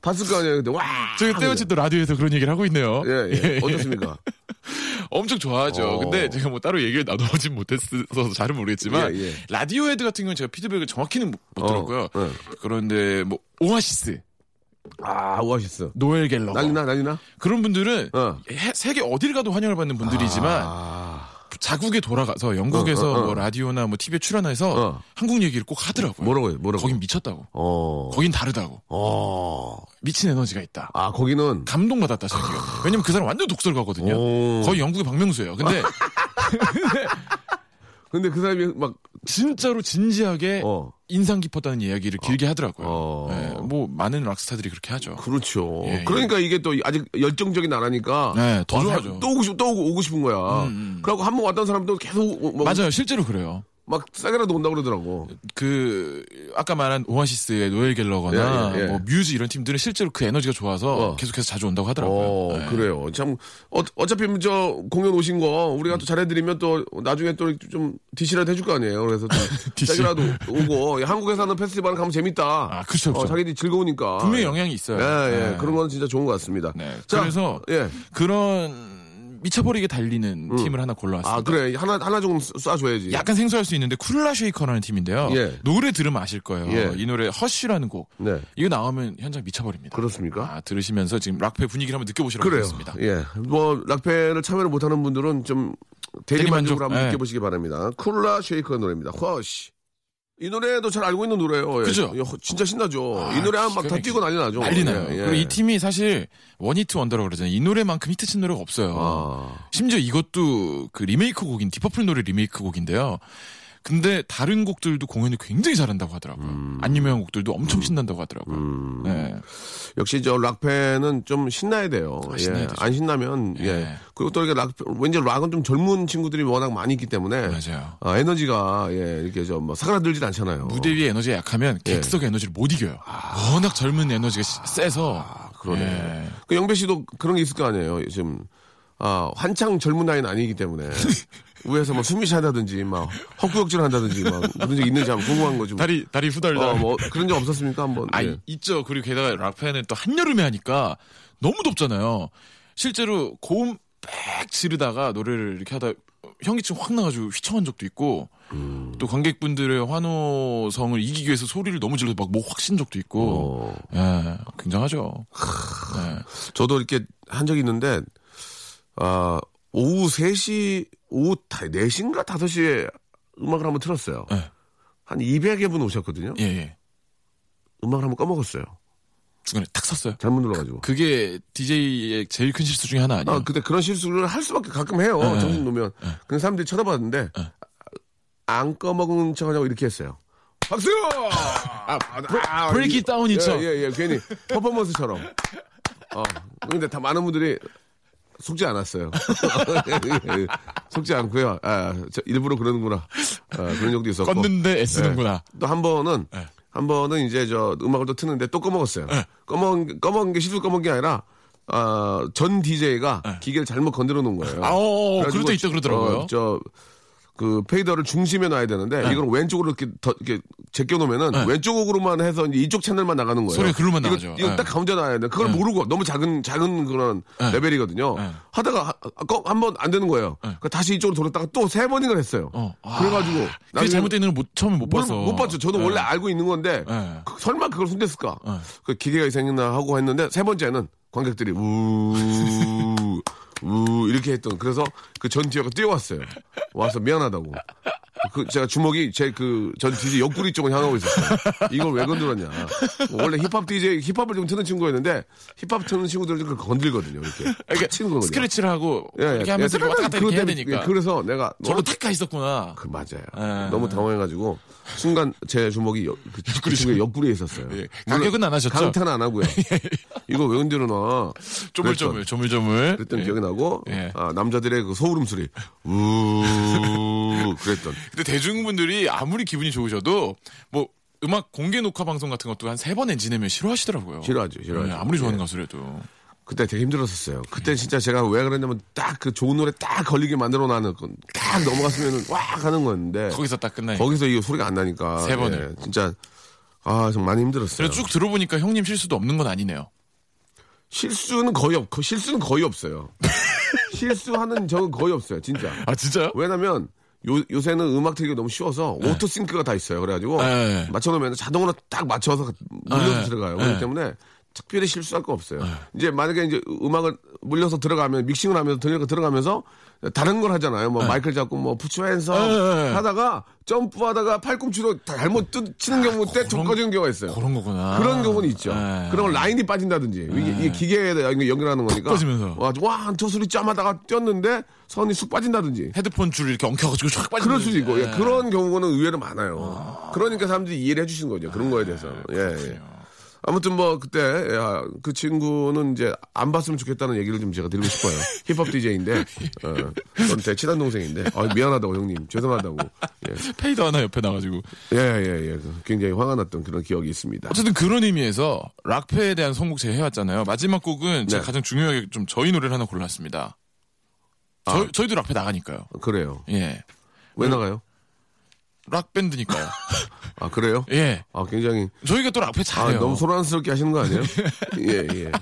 [SPEAKER 2] 봤을 거 아니에요? 근데 와,
[SPEAKER 7] 저기 떼어치도 라디오에서 그런 얘기를 하고 있네요.
[SPEAKER 2] 예, 예, 어떻습니까?
[SPEAKER 7] 엄청 좋아하죠.
[SPEAKER 2] 어.
[SPEAKER 7] 근데 제가 뭐 따로 얘기를 나눠보진 못했어서 잘은 모르겠지만
[SPEAKER 2] 예, 예.
[SPEAKER 7] 라디오 헤드 같은 경우는 제가 피드백을 정확히는 못, 못
[SPEAKER 2] 어,
[SPEAKER 7] 들었고요.
[SPEAKER 2] 예.
[SPEAKER 7] 그런데 뭐 오아시스
[SPEAKER 2] 아, 오아시스.
[SPEAKER 7] 노엘 갤러
[SPEAKER 2] 난리나, 난리나?
[SPEAKER 7] 그런 분들은
[SPEAKER 2] 어.
[SPEAKER 7] 해- 세계 어딜 가도 환영을 받는 분들이지만
[SPEAKER 2] 아,
[SPEAKER 7] 자국에 돌아가서 영국에서
[SPEAKER 2] 어, 어, 어.
[SPEAKER 7] 뭐 라디오나 뭐 TV에 출연해서
[SPEAKER 2] 어.
[SPEAKER 7] 한국 얘기를 꼭 하더라고요.
[SPEAKER 2] 뭐라고, 해, 뭐라고?
[SPEAKER 7] 거긴 미쳤다고.
[SPEAKER 2] 어.
[SPEAKER 7] 거긴 다르다고.
[SPEAKER 2] 어.
[SPEAKER 7] 미친 에너지가 있다.
[SPEAKER 2] 아, 거기는.
[SPEAKER 7] 감동받았다 자기가. 왜냐면 그 사람 완전 독설가거든요.
[SPEAKER 2] 아. 오.
[SPEAKER 7] 거의 영국의 박명수예요. 근데
[SPEAKER 2] 근데 그 사람이 막,
[SPEAKER 7] 진짜로 진지하게
[SPEAKER 2] 어.
[SPEAKER 7] 인상 깊었다는 이야기를 길게 하더라고요.
[SPEAKER 2] 어.
[SPEAKER 7] 예, 뭐 많은 락스타들이 그렇게 하죠.
[SPEAKER 2] 그렇죠.
[SPEAKER 7] 예, 예.
[SPEAKER 2] 그러니까 이게 또 아직 열정적인 나라니까.
[SPEAKER 7] 네, 더
[SPEAKER 2] 아,
[SPEAKER 7] 좋아하죠. 음,
[SPEAKER 2] 또 오고 싶, 또 오고, 오고 싶은 거야. 그래갖고 한 번 왔던 사람도 계속 오- 막,
[SPEAKER 7] 맞아요. 실제로 그래요.
[SPEAKER 2] 막 싸게라도 온다 그러더라고.
[SPEAKER 7] 그 아까 말한 오아시스의 노엘 갤러거나
[SPEAKER 2] 예, 예, 예.
[SPEAKER 7] 뭐 뮤즈 이런 팀들은 실제로 그 에너지가 좋아서
[SPEAKER 2] 어.
[SPEAKER 7] 계속해서 자주 온다고
[SPEAKER 2] 어,
[SPEAKER 7] 하더라고요. 예.
[SPEAKER 2] 그래요. 참, 어, 어차피 저 공연 오신 거 우리가 또 잘해드리면 또 나중에 또 좀 DC라도 해줄 거 아니에요. 그래서 좀
[SPEAKER 7] DC.
[SPEAKER 2] 싸게라도 오고 야, 한국에 사는 페스티벌 가면 재밌다.
[SPEAKER 7] 아, 그쵸, 그쵸.
[SPEAKER 2] 어, 자기들이 즐거우니까.
[SPEAKER 7] 분명히 영향이 있어요.
[SPEAKER 2] 예, 예.
[SPEAKER 7] 예.
[SPEAKER 2] 그런 건 진짜 좋은 것 같습니다.
[SPEAKER 7] 네.
[SPEAKER 2] 자,
[SPEAKER 7] 그래서
[SPEAKER 2] 예.
[SPEAKER 7] 그런 미쳐버리게 달리는 팀을 하나 골라왔습니다.
[SPEAKER 2] 음. 아, 그래. 하나, 하나 조금 쏴- 쏴줘야지.
[SPEAKER 7] 약간 생소할 수 있는데 쿨라 쉐이커라는 팀인데요.
[SPEAKER 2] 예.
[SPEAKER 7] 노래 들으면 아실 거예요.
[SPEAKER 2] 예.
[SPEAKER 7] 이 노래 허쉬라는 곡.
[SPEAKER 2] 네.
[SPEAKER 7] 이거 나오면 현장 미쳐버립니다.
[SPEAKER 2] 그렇습니까?
[SPEAKER 7] 아, 들으시면서 지금 락페 분위기를 한번 느껴보시라고
[SPEAKER 2] 그래요.
[SPEAKER 7] 하겠습니다.
[SPEAKER 2] 예. 뭐, 락페를 참여를 못하는 분들은 좀 대리만족을
[SPEAKER 7] 대리만족,
[SPEAKER 2] 한번
[SPEAKER 7] 예.
[SPEAKER 2] 느껴보시기 바랍니다. 쿨라 쉐이커 노래입니다. 허쉬. 이 노래도 잘 알고 있는 노래예요. 예.
[SPEAKER 7] 그죠?
[SPEAKER 2] 예, 허- 진짜 신나죠.
[SPEAKER 7] 아,
[SPEAKER 2] 이 노래 하면
[SPEAKER 7] 기가
[SPEAKER 2] 막 다
[SPEAKER 7] 막히죠.
[SPEAKER 2] 뛰고 난리 나죠.
[SPEAKER 7] 난리 나요.
[SPEAKER 2] 예, 예.
[SPEAKER 7] 그리고 이 팀이 사실 원히트 원더라고 그러잖아요. 이 노래만큼 히트친 노래가 없어요.
[SPEAKER 2] 아,
[SPEAKER 7] 심지어 이것도 그 리메이크 곡인 디퍼플 노래 리메이크 곡인데요. 근데 다른 곡들도 공연을 굉장히 잘한다고 하더라고요.
[SPEAKER 2] 음.
[SPEAKER 7] 안 유명한 곡들도 엄청 신난다고 하더라고요. 네.
[SPEAKER 2] 역시 저 락팬은 좀 신나야 돼요.
[SPEAKER 7] 아,
[SPEAKER 2] 예,
[SPEAKER 7] 신나야 되죠.
[SPEAKER 2] 안 신나면 예.
[SPEAKER 7] 예.
[SPEAKER 2] 그리고 또 이렇게 락 왠지 락은 좀 젊은 친구들이 워낙 많이 있기 때문에
[SPEAKER 7] 맞아요.
[SPEAKER 2] 아, 에너지가 예, 이렇게 좀뭐 사그라들진 않잖아요.
[SPEAKER 7] 무대 위의 에너지가 약하면
[SPEAKER 2] 예.
[SPEAKER 7] 객석의 에너지를 못 이겨요.
[SPEAKER 2] 아.
[SPEAKER 7] 워낙 젊은 에너지가 시- 세서.
[SPEAKER 2] 그러네.
[SPEAKER 7] 예.
[SPEAKER 2] 그 영배 씨도 그런 게 있을 거 아니에요. 지금 아 한창 젊은 나이는 아니기 때문에 위에서 뭐 숨이 차다든지 막 헛구역질 한다든지 막 그런 적 있는지 한번 궁금한 거죠.
[SPEAKER 7] 다리 다리 후달달.
[SPEAKER 2] 어, 뭐 그런 적 없었습니까 한번?
[SPEAKER 7] 아
[SPEAKER 2] 예.
[SPEAKER 7] 있죠. 그리고 게다가 락팬은 또 한여름에 하니까 너무 덥잖아요. 실제로 고음 빽 지르다가 노래를 이렇게 하다 현기증 확 나가지고 휘청한 적도 있고
[SPEAKER 2] 음.
[SPEAKER 7] 또 관객분들의 환호성을 이기기 위해서 소리를 너무 질러서 막 목 확신 적도 있고
[SPEAKER 2] 어,
[SPEAKER 7] 예, 굉장하죠. 예.
[SPEAKER 2] 저도 이렇게 한 적이 있는데 아 오후 3시 오후 4시인가 5시에 음악을 한번 틀었어요.
[SPEAKER 7] 네.
[SPEAKER 2] 한 200여 분 오셨거든요.
[SPEAKER 7] 예, 예.
[SPEAKER 2] 음악을 한번 꺼먹었어요.
[SPEAKER 7] 중간에 탁 섰어요.
[SPEAKER 2] 잘못 눌러가지고.
[SPEAKER 7] 그게 DJ의 제일 큰 실수 중에 하나 아니에요?
[SPEAKER 2] 아, 그때 그런 실수를 할 수밖에 가끔 해요.
[SPEAKER 7] 네.
[SPEAKER 2] 정신 놓으면. 근데 사람들이 쳐다봤는데, 안 꺼먹은 척 하냐고 이렇게 했어요. 박수! 아, 아,
[SPEAKER 7] 브레이크
[SPEAKER 2] 이-
[SPEAKER 7] 다운이죠?
[SPEAKER 2] 예, 예, 예. 괜히 퍼포먼스처럼. 어, 근데 다 많은 분들이 속지 않았어요. 예, 예. 속지 않고요. 아, 저 일부러 그러는구나. 아, 그런 적도 있었고.
[SPEAKER 7] 껐는데 애쓰는구나.
[SPEAKER 2] 또 한 번은
[SPEAKER 7] 예.
[SPEAKER 2] 한 번은 이제 저 음악을 또 트는데 또 꺼먹었어요. 꺼먹은 꺼먹은 게 실수 꺼먹은 게 아니라 아, 전 DJ가 기계를 잘못 건드려 놓은 거예요.
[SPEAKER 7] 예. 아, 어, 어,
[SPEAKER 2] 그래가지고
[SPEAKER 7] 그럴 때 있다 그러더라고요.
[SPEAKER 2] 어, 저, 그 페이더를 중심에 놔야 되는데
[SPEAKER 7] 예.
[SPEAKER 2] 이걸 왼쪽으로 이렇게 더 이렇게 제껴 놓으면은 왼쪽으로만 해서 이제 이쪽 채널만 나가는 거예요.
[SPEAKER 7] 소리가 글로만
[SPEAKER 2] 이거-
[SPEAKER 7] 나가죠.
[SPEAKER 2] 이거
[SPEAKER 7] 네.
[SPEAKER 2] 딱 가운데 놔야 되는데 그걸 모르고 너무 작은 작은 그런
[SPEAKER 7] 예.
[SPEAKER 2] 레벨이거든요. 하다가 하- 아, 꺼- 한번 안 되는 거예요. 그러니까 다시 이쪽으로 돌았다가 또 세 번인가 했어요.
[SPEAKER 7] 어. 아,
[SPEAKER 2] 그래가지고
[SPEAKER 7] 그게
[SPEAKER 2] 나중에-
[SPEAKER 7] 잘못된 일은 못, 처음에 못
[SPEAKER 2] 뭘
[SPEAKER 7] 봐서.
[SPEAKER 2] 못 봤죠. 저도
[SPEAKER 7] 예.
[SPEAKER 2] 원래 알고 있는 건데
[SPEAKER 7] 예.
[SPEAKER 2] 그- 설마 그걸 손댔을까? 그 기계가 이상했나 하고 했는데 세 번째는 관객들이 우우 이렇게 했던 그래서 그 전 뒤에가 뛰어왔어요. 와서 미안하다고. 그 제가 주먹이 제 그 전 DJ 옆구리 쪽을 향하고 있었어요. 이걸 왜 건드렸냐. 원래 힙합 DJ 힙합을 좀 트는 친구였는데 힙합 트는 친구들은 그걸 건들거든요. 이렇게
[SPEAKER 7] 이렇게
[SPEAKER 2] 탁 치는 거거든요.
[SPEAKER 7] 스크래치를 하고
[SPEAKER 2] 예, 예.
[SPEAKER 7] 이렇게 하면서
[SPEAKER 2] 예,
[SPEAKER 7] 왔다 갔다 이렇게 해야
[SPEAKER 2] 그것 때문에-
[SPEAKER 7] 되니까.
[SPEAKER 2] 예, 그래서 내가 너무
[SPEAKER 7] 저로 탁가 있었구나.
[SPEAKER 2] 그 맞아요.
[SPEAKER 7] 예.
[SPEAKER 2] 너무 당황해가지고 순간 제 주먹이 여, 그, 그 친구의 옆구리에 있었어요.
[SPEAKER 7] 예. 가격은 안 하셨죠?
[SPEAKER 2] 강탄 안 하고요. 이거 왜 흔들어 놔?
[SPEAKER 7] 조물조물, 조물조물.
[SPEAKER 2] 그랬던
[SPEAKER 7] 예.
[SPEAKER 2] 기억이 나고
[SPEAKER 7] 예.
[SPEAKER 2] 아, 남자들의 그 소름 소리 우 그랬던.
[SPEAKER 7] 근데 대중분들이 아무리 기분이 좋으셔도 뭐 음악 공개 녹화 방송 같은 것도 한 세 번 엔지내면 싫어하시더라고요.
[SPEAKER 2] 싫어하죠, 싫어하죠.
[SPEAKER 7] 예, 아무리 좋아하는
[SPEAKER 2] 예.
[SPEAKER 7] 가수라도.
[SPEAKER 2] 그때 되게 힘들었었어요. 그때 진짜 제가 왜 그랬냐면 딱 그 좋은 노래 딱 걸리게 만들어 놔는 건딱 넘어갔으면 와 하는 건데
[SPEAKER 7] 거기서 딱 끝나요.
[SPEAKER 2] 거기서 이 소리가 안 나니까
[SPEAKER 7] 세 번을. 그렇죠.
[SPEAKER 2] 예, 진짜 아 정말 많이 힘들었어요.
[SPEAKER 7] 그래서 쭉 들어보니까 형님 실수도 없는 건 아니네요.
[SPEAKER 2] 실수는 거의 없그 실수는 거의 없어요. 실수하는 적은 거의 없어요, 진짜.
[SPEAKER 7] 아, 진짜요?
[SPEAKER 2] 왜냐면 요, 요새는 음악 틀기가 너무 쉬워서 오토싱크가 다 있어요. 그래가지고
[SPEAKER 7] 네.
[SPEAKER 2] 맞춰놓으면 자동으로 딱 맞춰서 눌러서
[SPEAKER 7] 네.
[SPEAKER 2] 들어가요.
[SPEAKER 7] 네.
[SPEAKER 2] 그렇기 때문에 특별히 실수할 거 없어요. 이제 만약에 이제 음악을 물려서 들어가면 믹싱을 하면서 들려서 들어가면서 다른 걸 하잖아요. 뭐 마이크를 잡고 뭐 푸츠앤서
[SPEAKER 7] 네, 네.
[SPEAKER 2] 하다가 점프하다가 팔꿈치로 다 잘못 뜯- 치는 경우 때
[SPEAKER 7] 아, 그런-
[SPEAKER 2] 족거지는 경우가 있어요.
[SPEAKER 7] 그런 거구나.
[SPEAKER 2] 그런 경우는 있죠.
[SPEAKER 7] 네.
[SPEAKER 2] 그런 걸 라인이 빠진다든지 이게, 이게 기계에 연결- 연결하는 거니까
[SPEAKER 7] 빠지면서.
[SPEAKER 2] 와, 와, 두 소리 짬하다가 뛰었는데 선이 쑥 빠진다든지
[SPEAKER 7] 헤드폰 줄 이렇게 엉켜가지고 쫙 빠지는.
[SPEAKER 2] 그럴 수도 있고 예,
[SPEAKER 7] 네.
[SPEAKER 2] 그런 경우는 의외로 많아요. 그러니까 사람들이 이해를 해주시는 거죠. 그런 거에 대해서. 예, 예. 아무튼 뭐 그때 야, 그 친구는 이제 안 봤으면 좋겠다는 얘기를 좀 제가 드리고 싶어요. 힙합 DJ인데 어, 저는 제 친한 동생인데 아, 미안하다고 형님 죄송하다고 예
[SPEAKER 7] 페이더 하나 옆에 나가지고.
[SPEAKER 2] 예예 예, 그 굉장히 화가 났던 그런 기억이 있습니다.
[SPEAKER 7] 어쨌든 그런 의미에서 락페에 대한 선곡 제가 해왔잖아요. 마지막 곡은 제가
[SPEAKER 2] 네.
[SPEAKER 7] 가장 중요하게 좀 저희 노래를 하나 골랐습니다.
[SPEAKER 2] 아.
[SPEAKER 7] 저, 희도 락페 나가니까요.
[SPEAKER 2] 그래요.
[SPEAKER 7] 예.
[SPEAKER 2] 왜 나가요?
[SPEAKER 7] 락밴드니까요.
[SPEAKER 2] 아 그래요?
[SPEAKER 7] 예.
[SPEAKER 2] 아 굉장히
[SPEAKER 7] 저희가 또 락페
[SPEAKER 2] 아
[SPEAKER 7] 잘해요.
[SPEAKER 2] 너무 소란스럽게 하시는 거 아니에요? 예 예.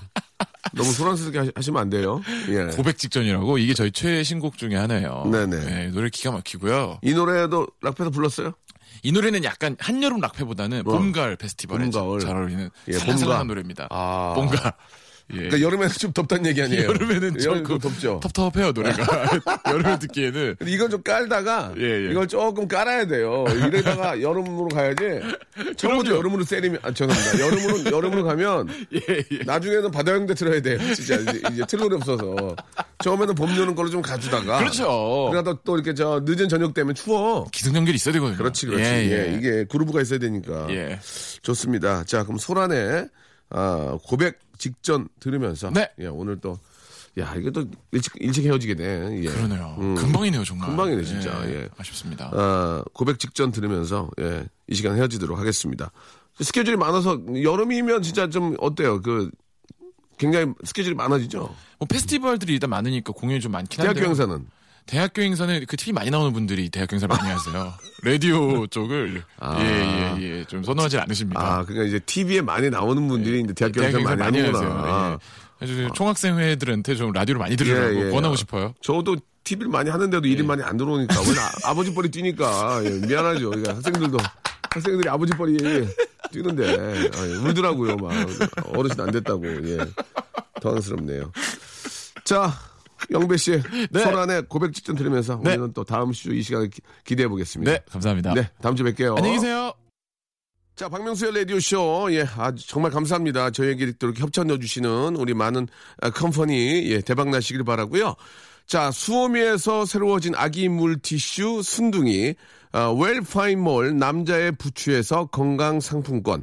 [SPEAKER 2] 너무 소란스럽게 하시, 하시면 안 돼요. 예.
[SPEAKER 7] 고백 직전이라고 이게 저희 최애 신곡 중에 하나예요.
[SPEAKER 2] 네네.
[SPEAKER 7] 예, 노래 기가 막히고요.
[SPEAKER 2] 이 노래도 락패에서 불렀어요?
[SPEAKER 7] 이 노래는 약간 한여름 락페보다는 봄, 가을 페스티벌에
[SPEAKER 2] 어. 봄, 가을.
[SPEAKER 7] 잘 어울리는
[SPEAKER 2] 예, 봄,
[SPEAKER 7] 사랑한
[SPEAKER 2] 가을.
[SPEAKER 7] 노래입니다.
[SPEAKER 2] 아.
[SPEAKER 7] 봄, 가을. 예.
[SPEAKER 2] 그러니까 여름에는 좀 덥다는 얘기 아니에요?
[SPEAKER 7] 여름에는
[SPEAKER 2] 여름
[SPEAKER 7] 좀
[SPEAKER 2] 덥죠.
[SPEAKER 7] 텁텁해요 노래가. 여름에 듣기에는
[SPEAKER 2] 근데 이건 좀 깔다가
[SPEAKER 7] 예, 예.
[SPEAKER 2] 이걸 조금 깔아야 돼요. 이러다가 여름으로 가야지. 처음부터
[SPEAKER 7] 그럼요.
[SPEAKER 2] 여름으로 세리면 아 죄송합니다. 여름으로 여름으로 가면
[SPEAKER 7] 예,
[SPEAKER 2] 예. 나중에는 바다 형대 틀어야 돼요. 진짜 이제, 이제 틀 노래 없어서 처음에는 봄 여름 걸로 좀 가주다가
[SPEAKER 7] 그렇죠.
[SPEAKER 2] 그러다 또 이렇게 저 늦은 저녁 되면 추워.
[SPEAKER 7] 기승전결이 있어야 되거든요.
[SPEAKER 2] 그렇지 그렇지.
[SPEAKER 7] 예, 예.
[SPEAKER 2] 예, 이게 그루브가 있어야 되니까.
[SPEAKER 7] 예.
[SPEAKER 2] 좋습니다. 자, 그럼 소란의 아, 고백 직전 들으면서
[SPEAKER 7] 네.
[SPEAKER 2] 예, 오늘 또 야, 이게 또 일찍 일찍 헤어지게 돼. 예.
[SPEAKER 7] 그러네요.
[SPEAKER 2] 음.
[SPEAKER 7] 금방이네요 정말.
[SPEAKER 2] 금방이네, 진짜. 예.
[SPEAKER 7] 아쉽습니다.
[SPEAKER 2] 아, 고백 직전 들으면서 예, 이 시간 헤어지도록 하겠습니다. 스케줄이 많아서 여름이면 진짜 좀 어때요? 그 굉장히 스케줄이 많아지죠.
[SPEAKER 7] 뭐 페스티벌들이 일단 많으니까 공연이 좀 많긴 한데.
[SPEAKER 2] 대학교 행사는
[SPEAKER 7] 대학교 행사는 그 TV 많이 나오는 분들이 대학교 행사를 많이 하세요. 라디오 쪽을 예예예 좀 선호하지 않으십니다.
[SPEAKER 2] 아, 그러니까 이제 TV에 많이 나오는 분들이 이제 대학교 행사 많이 하는구나. 아,
[SPEAKER 7] 예. 그래서 총학생회들한테 좀 라디오를 많이 들으라고
[SPEAKER 2] 예, 예.
[SPEAKER 7] 권하고 싶어요.
[SPEAKER 2] 저도 TV를 많이 하는데도
[SPEAKER 7] 예.
[SPEAKER 2] 일이 많이 안 들어오니까 우리 아, 버지 뻘이 뛰니까 예, 미안하죠. 그러니까 학생들도 학생들이 아버지 뻘이 뛰는데 아, 예, 울더라고요. 막 어르신 안 됐다고 예. 당황스럽네요. 자. 영배 씨, 소란의 고백 직전 들으면서
[SPEAKER 7] 네.
[SPEAKER 2] 우리는 또 다음 주 이 시간을 기, 기대해 보겠습니다.
[SPEAKER 7] 네 감사합니다.
[SPEAKER 2] 네, 다음 주에 뵐게요.
[SPEAKER 7] 안녕히 계세요.
[SPEAKER 2] 자, 박명수의 라디오쇼. 예, 아주 정말 감사합니다. 저희에게 또 이렇게 협찬해주시는 우리 많은 아, 컴퍼니, 예, 대박나시길 바라고요 자, 수오미에서 새로워진 아기 물티슈 순둥이, 아, 웰파인몰 남자의 부추에서 건강상품권,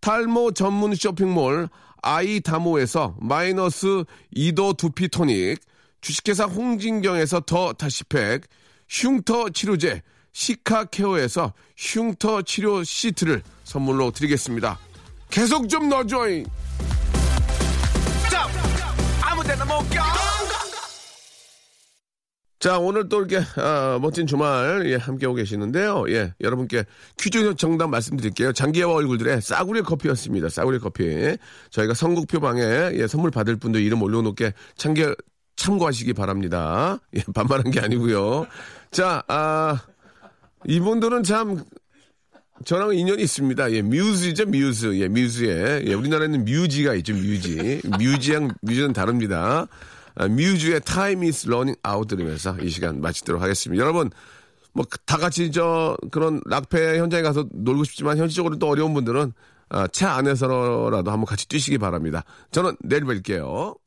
[SPEAKER 2] 탈모 전문 쇼핑몰 아이다모에서 마이너스 2도 두피 토닉, 주식회사 홍진경에서 더 다시팩, 흉터 치료제 시카케어에서 흉터 치료 시트를 선물로 드리겠습니다. 계속 좀 넣어줘잉! 자, 오늘 또 이렇게, 아, 멋진 주말, 예, 함께하고 계시는데요. 예, 여러분께 퀴즈 정답 말씀드릴게요. 장기와 얼굴들의 싸구려 커피였습니다. 싸구려 커피. 저희가 선곡표 방에, 예, 선물 받을 분들 이름 올려놓게 참개, 참고하시기 바랍니다. 예, 반말한 게 아니고요. 자, 아, 이분들은 참, 저랑 인연이 있습니다. 예, 뮤즈죠, 뮤즈. 예, 뮤즈에. 예, 우리나라에는 뮤지가 있죠, 뮤지. 뮤지랑 뮤즈는 다릅니다. 아, 뮤즈의 Time is Running Out 들으면서 이 시간 마치도록 하겠습니다. 여러분, 뭐 다 같이 저 그런 락페 현장에 가서 놀고 싶지만 현실적으로 또 어려운 분들은 아, 차 안에서라도 한번 같이 뛰시기 바랍니다. 저는 내일 뵐게요.